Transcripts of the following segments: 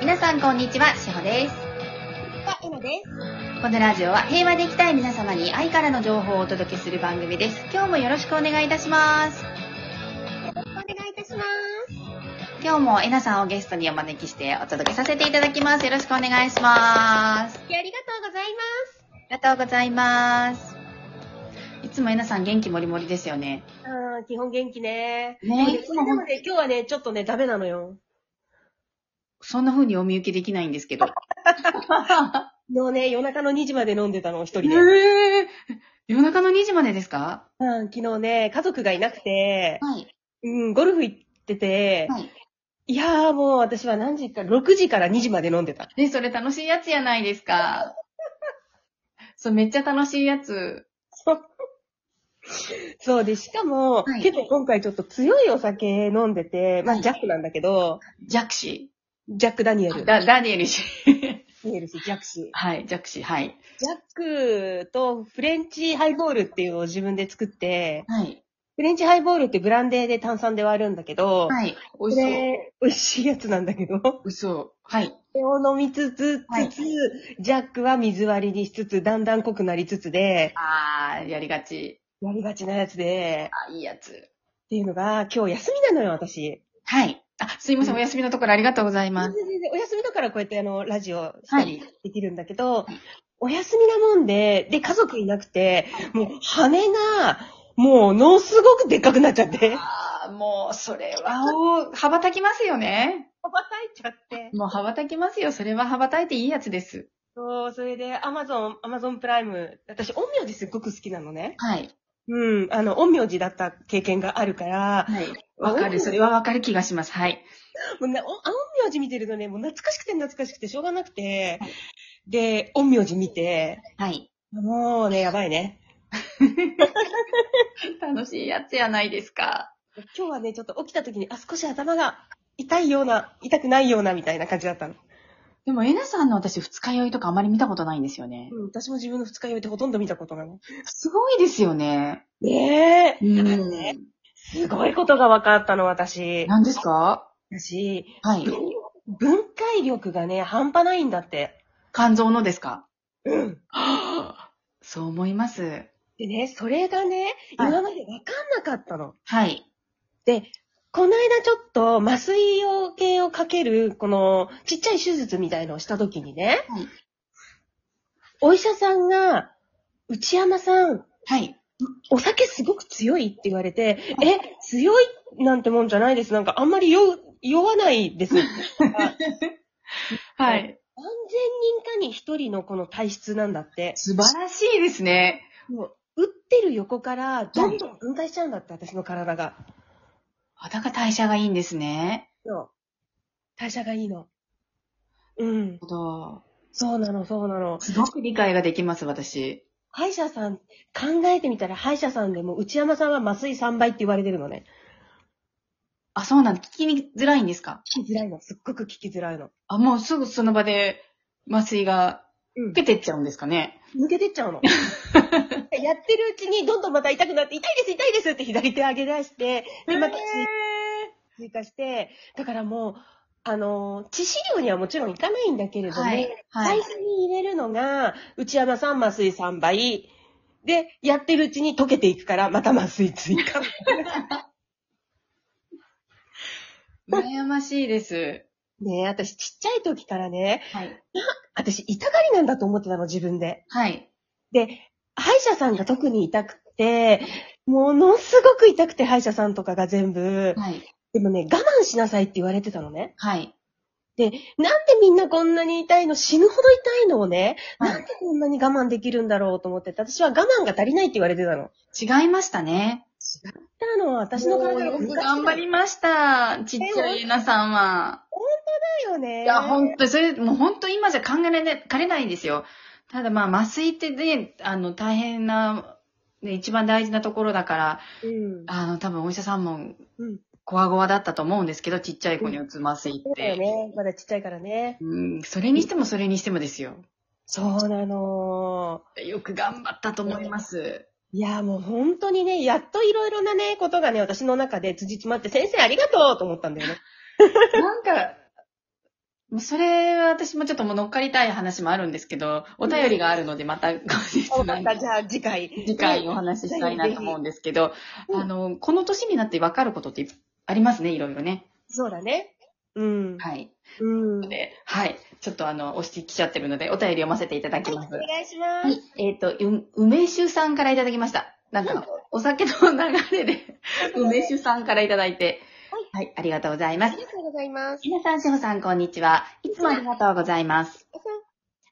皆さんこんにちは、しほです。は、えなです。このラジオは平和でいきたい皆様に愛からの情報をお届けする番組です。今日もよろしくお願いいたします。お願いいたしま今日もえなさんをゲストにお招きしてお届けさせていただきます。よろしくお願いします。す。ありがとうござあいりがとうございます。いつもえなさん元気もりもりですよね。ます。うん、基本元気ね。ねでもねでもね、今日はね、ちょっとね、ダメなのよ。そんな風にお見受けできないんですけど。のね、夜中の2時まで飲んでたの、一え人で。うん、ー夜中の2時までですか昨日ね、家族がいなくて、はい。うん、ゴルフ行ってて、はい。いやーもう私は何時か、6時から2時まで飲んでた。ね、それ楽しいやつやないですか。そう、めっちゃ楽しいやつ。そうで、しかも、はい結構今回ちょっと強いお酒飲んでて、まはあいジャックなんだけど、弱視。ジャック・ダニエル。ダだ、ダニエル氏。ニエル氏、ジャック氏。はい、弱視、はい。ジャックとフレンチハイボールっていうのを自分で作って、はい。フレンチハイボールってブランデーで炭酸で割るんだけど、はい。美こ味しそう。れ、美味しいやつなんだけど、こ嘘。はい。れを飲みつつ、つつ、はいジャックは水割りにしつつ、だんだん濃くなりつつで、あー、やりがち。やりがちなやつで、あ、いいやつ。っていうのが、今日休みなのよ、私。はい。あ、すいません、お休みのところありがとうございます。全然お休みだからこうやってあの、ラジオしたりできるんだけど、はいお休みなもんで、で、家族いなくて、もう羽が、もう、のすごくでっかくなっちゃって。あー、もう、それは、お羽ばたきますよね。羽ばたいちゃって。もう羽ばたきますよ。それは羽ばたいていいやつです。そう、それで、アマゾン、アマゾンプライム。私、陰陽寺すっごく好きなのね。はい。うん、あの、陰陽寺だった経験があるから、はい。わかる。それはわかる気がします。はい。もうね、お陰陽寺見てるとね、もう懐かしくて懐かしくてしょうがなくて、で、陰陽寺見て、はい。もうね、やばいね。楽しいやつやないですか。今日はね、ちょっと起きた時に、あ、少し頭が痛いような、痛くないような、みたいな感じだったの。でも、えなさんの私、二日酔いとかあまり見たことないんですよね。うん、私も自分の二日酔いってほとんど見たことがない。すごいですよね。ねえ、うん。すごいことが分かったの、私。何ですか私、はい。分分解力がね、半端ないんだって。肝臓のですかうん。そう思います。でね、それがね、はい今までわかんなかったの。はい。で、この間ちょっと麻酔用系をかける、このちっちゃい手術みたいのをした時にね、はいお医者さんが、内山さん、はい。お酒すごく強いって言われて、え、強いなんてもんじゃないです。なんかあんまり酔う、酔わないです。 何はい。千人かに一人のこの体質なんだって。素晴らしいですね。もう、打ってる横からどんどん分解しちゃうんだって、私の体が。あ、だから代謝がいいんですね。そう。代謝がいいの。うん。なるほど。そうなの、そうなの。すごく理解ができます、私。歯医者さん、考えてみたら歯医者さんでも内山さんは麻酔3倍って言われてるのね。あ、そうなんだ。聞きづらいんですか聞きづらいの。すっごく聞きづらいの。あ、もうすぐその場で麻酔がうん受けてっちゃうんですかね。抜けてっちゃ うの。やってるうちにどんどんまた痛くなって、痛いです、痛いですって左手上げ出して、で、また追加して、だからもう、あのー、致死量にはもちろんいかないんだけれども、はい。は最い。初に入れるのが、内山さん麻酔3倍。で、やってるうちに溶けていくから、また麻酔追加。悩ましいです。 ねえ、私ちっちゃい時からね、はい。私、痛がりなんだと思ってたの、自分で。はい。で、歯医者さんが特に痛くて、ものすごく痛くて、歯医者さんとかが全部。はい。でもね、我慢しなさいって言われてたのね。はい。なんでみんなこんなに痛いの、死ぬほど痛いのをね、はいなんでこんなに我慢できるんだろうと思って、私は我慢が足りないって言われてたの。違いましたね。ただの、私の体がよ難しくい。頑張りました。ちっちゃいエナさんは。よね。いや、本当に、それ、もう本当今じゃ考えられないかれないんですよ。ただまあ、麻酔ってね、あの、大変な、ね、一番大事なところだから、うん。あの、多分お医者さんもうん。こわごわだったと思うんですけど、ちっちゃい子に打つ麻酔っそうだよて。ね。まだちっちゃいからね。うん、それにしてもそれにしてもですよ。そうなの。よく頑張ったと思い ます。いやーもう本当にね、やっといろいろなね、ことがね、 私の中で辻詰まって、先生ありがとうと思ったんだよね。なんか、もうそれは私もちょっともう乗っかりたい話もあるんですけど、お便りがあるのでまた後日わかなっんた。かじゃあ次回。次回お話ししたいなと思うんですけど、うんあの、この年になって分かることってありますね、いろいろね。そうだね。うん。はい。うん。はい、で、はい。ちょっとあの、押してきちゃってるので、お便り読ませていただきおます。は願いします。い。えっ、と、う梅酒さんからいただきました。なんかあの、お酒の流れで、梅酒さんからいただいて、はい、ありがとうございまあす。りがとうございます。皆さん、しほさん、こんにちは。いつもありがとうございます。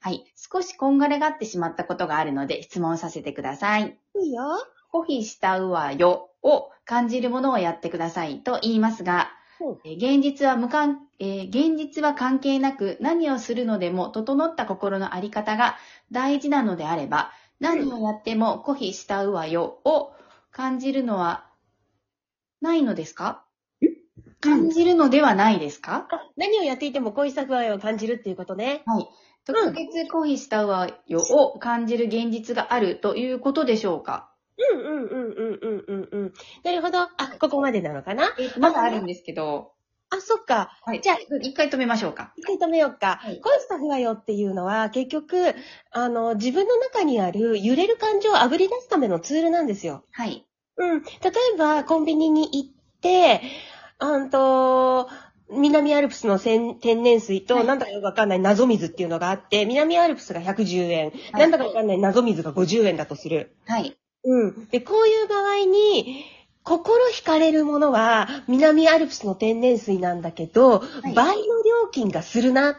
はい。少しこんがらがってしまったことがあるので、質問させてください。いいよ。コヒしたうわよを感じるものをやってくださいと言いますが、うえー現実は無関、えー現実は関係なく何をするのでも整った心のあり方が大事なのであれば、何をやってもコヒしたうわよを感じるのはないのですか感じるのではないですか何をやっていても恋した不安を感じるっていうことね。特別コヒしたうわよを感じる現実があるということでしょうか、うんうんうんうんうんうんうん。なるほど。あ、ここまでなのかなえーとまだあるんですけど、あ、そっか。はい、じゃあ一回止めましょうか。一回止めようか。はい恋した不安よっていうのは、結局、あの、自分の中にある揺れる感情をあぶり出すためのツールなんですよ。はい。うん。例えば、コンビニに行って、あんと、南アルプスのせん天然水はと、いなんだかよくわかんない謎水っていうのがあって、南アルプスが110円、はいなんだかわかんない謎水が50円だとする。はい。うん。で、こういう場合に、心惹かれるものは、南アルプスの天然水なんだけど、い倍の料金がするなっ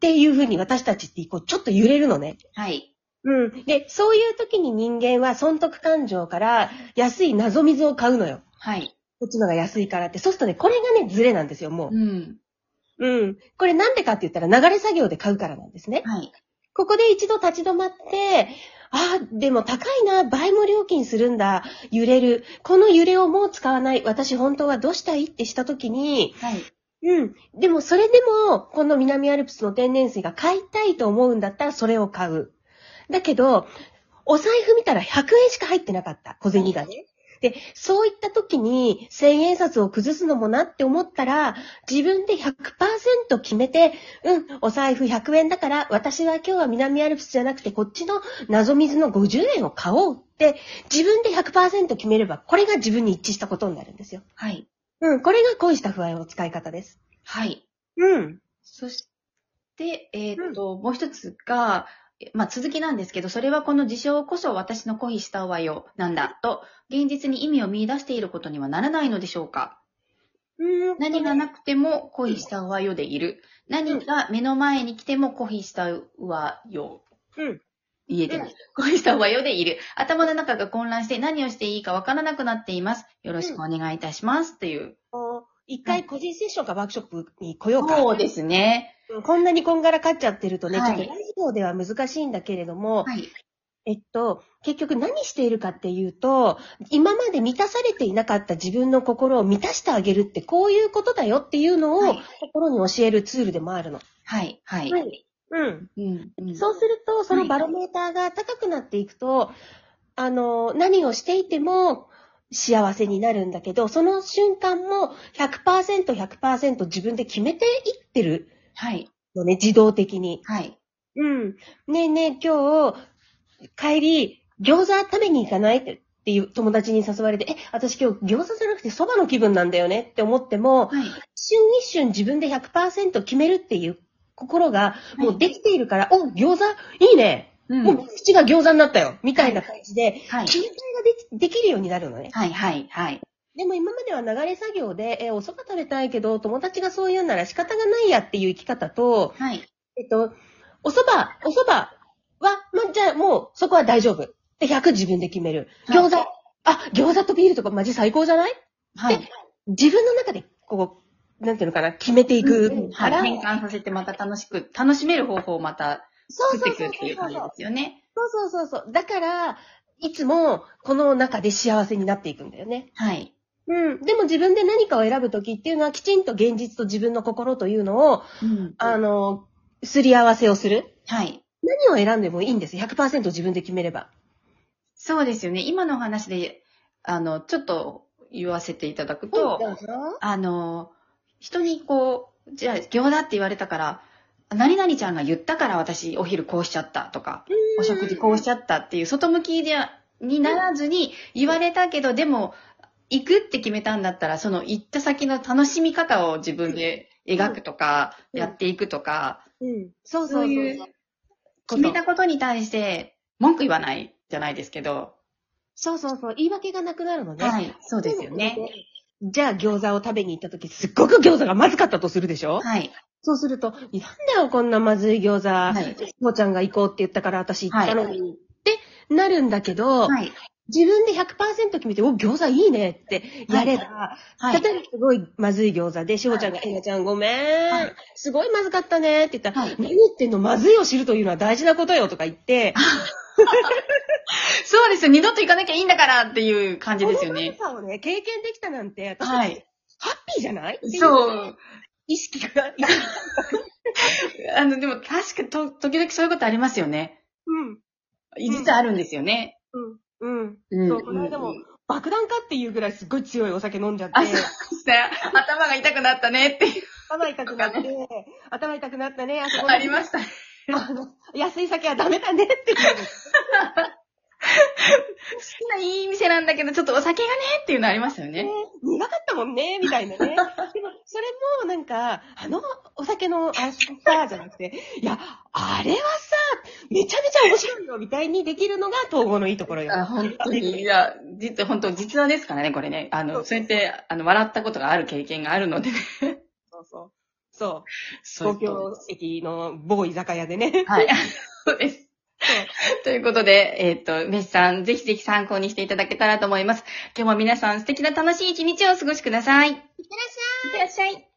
ていうふうに私たちってこうちょっと揺れるのね。はい。うん。で、そういう時に人間は損得感情から安い謎水を買うのよ。はい。こっちのが安いからって。そうするとね、これがね、ズレなんですよ、もうん。う。うん。これなんでかって言ったら流れ作業で買うからなんですね。はい。ここで一度立ち止まって、ああ、でも高いな、倍も料金するんだ、揺れる。この揺れをもう使わない、私本当はどうしたいってした時に、はい。うん。でもそれでも、この南アルプスの天然水が買いたいと思うんだったらそれを買う。だけど、お財布見たら100円しか入ってなかった。小銭がね。で、そういった時に1000円札を崩すのもなって思ったら、自分で100%決めて、うん、お財布100円だから、私は今日は南アルプスじゃなくてこっちの謎水の50円を買おうって、自分で100%決めれば、これが自分に一致したことになるんですよ。はい。うん、これが恋した不安の使い方です。はい。うん。そして、えーっと、もう一つが、えまあ、続きなんですけど、それはこの事象こそ私の恋したわよ、なんだ、と、現実に意味を見出していることにはならないのでしょうかうん何がなくても恋したわよでいる。何が目の前に来ても恋したわよ。うん。言えてない。恋したわよでいる。頭の中が混乱して何をしていいかわからなくなっています。よろしくお願いいたします。という。こう一回個人セッションかワークショップに来ようか。そうですね。うんこんなにこんがらかっちゃってるとね、はいちょっとラジオでは難しいんだけれども、はい。えっと、結局何しているかっていうと、今まで満たされていなかった自分の心を満たしてあげるってこういうことだよっていうのはをい心に教えるツールでもあるの。はい。はい。はい。うん。うんうんそうすると、そのバロメーターが高くなっていくと、あの、何をしていても幸せになるんだけど、その瞬間も100%、100%自分で決めていってるはい。のね、自動的に。はい。うん。ねえねえ、今日、帰り、餃子食べに行かないって。っていう友達に誘われて、え、私今日餃子じゃなくて蕎麦の気分なんだよねって思っても、はい。一瞬一瞬自分で100%決めるっていう心がもうで、できているから、お、餃子いいねうんもう口が餃子になったよ、みたいな感じで、はい。切り替えができできるようになるのね。はい。はい。はい。でも今までは流れ作業で、えーお蕎麦食べたいけど、友達がそう言うなら仕方がないやっていう生き方と、はい。えっと、お蕎麦、お蕎麦は、ま、じゃあもうそこは大丈夫。で、100自分で決める。はい餃子、あ、餃子とビールとかマジ最高じゃないはい。自分の中で、こう、なんていうのかな、決めていくはかい。ら、変換させてまた楽しく、楽しめる方法をまたそう作っそうてそくるってういうそ感うじそでう。すよね。そうそうそうそう。だから、いつもこの中で幸せになっていくんだよね。はい。うん。でも自分で何かを選ぶときっていうのは、きちんと現実と自分の心というのを、うんあの、すり合わせをする。はい。何を選んでもいいんです。100%自分で決めれば。そうですよね。今のお話で、あの、ちょっと言わせていただくどと、うぞ。あの、人にこう、じゃあ、餃子って言われたから、何々ちゃんが言ったから私、お昼こうしちゃったとか、お食事こうしちゃったっていう、外向きではにならずに、言われたけど、でも、行くって決めたんだったら、その行った先の楽しみ方を自分で描くとか、うんやっていくとか、うん。そうそそうそ。うういうこと決めたことに対して、文句言わないじゃないですけど、そうそうそう。言い訳がなくなるのね。はい、そうですよね。。じゃあ餃子を食べに行った時、すっごく餃子がまずかったとするでしょはい、そうすると、なんだよ、こんなまずい餃子。はい、もーちゃんが行こうって言ったから私行ったのに。はってなるんだけど、はい、自分で100%決めて、お、餃子いいねってやれば、はい、例えばすごいまずい餃子で、しほちゃんが、はいえなちゃんごめん、はいすごいまずかったねって言ったら、はい何言ってんのまずいを知るというのは大事なことよとか言って、そうですよ、二度と行かなきゃいいんだからっていう感じですよね。このまずさをね、経験できたなんて、私、はい。ハッピーじゃない。そうう。意識が。あの、でも確かと、時々そういうことありますよね。うん。実はあるんですよね。うん。うん。うんそう、この間もん爆弾かっていうぐらいすっごい強いお酒飲んじゃって。あ、そうした頭が痛くなったねっていう頭痛くなって、頭痛くなったね、あそこのありました。あの安い酒はダメだねっていう。好きないい店なんだけど、ちょっとお酒がねっていうのありましたよね。苦かったもんね、みたいなね。でも、それもなんか、あのお酒の、あ、さ、じゃなくて、いや、あれはさ、めちゃめちゃ面白いよ、みたいにできるのが統合のいいところよ。あ本当に。いや、実は、本当実話ですからね、これね。あその、うそうやって、あの、笑ったことがある経験があるので。そうそう。そ、そう東京駅の某居酒屋でね。はい。そうです。 ということで、えっ、と、メッシさん、ぜひぜひ参考にしていただけたらと思います。今日も皆さん素敵な楽しい一日をお過ごしください。いってらっしゃい。いってらっしゃい。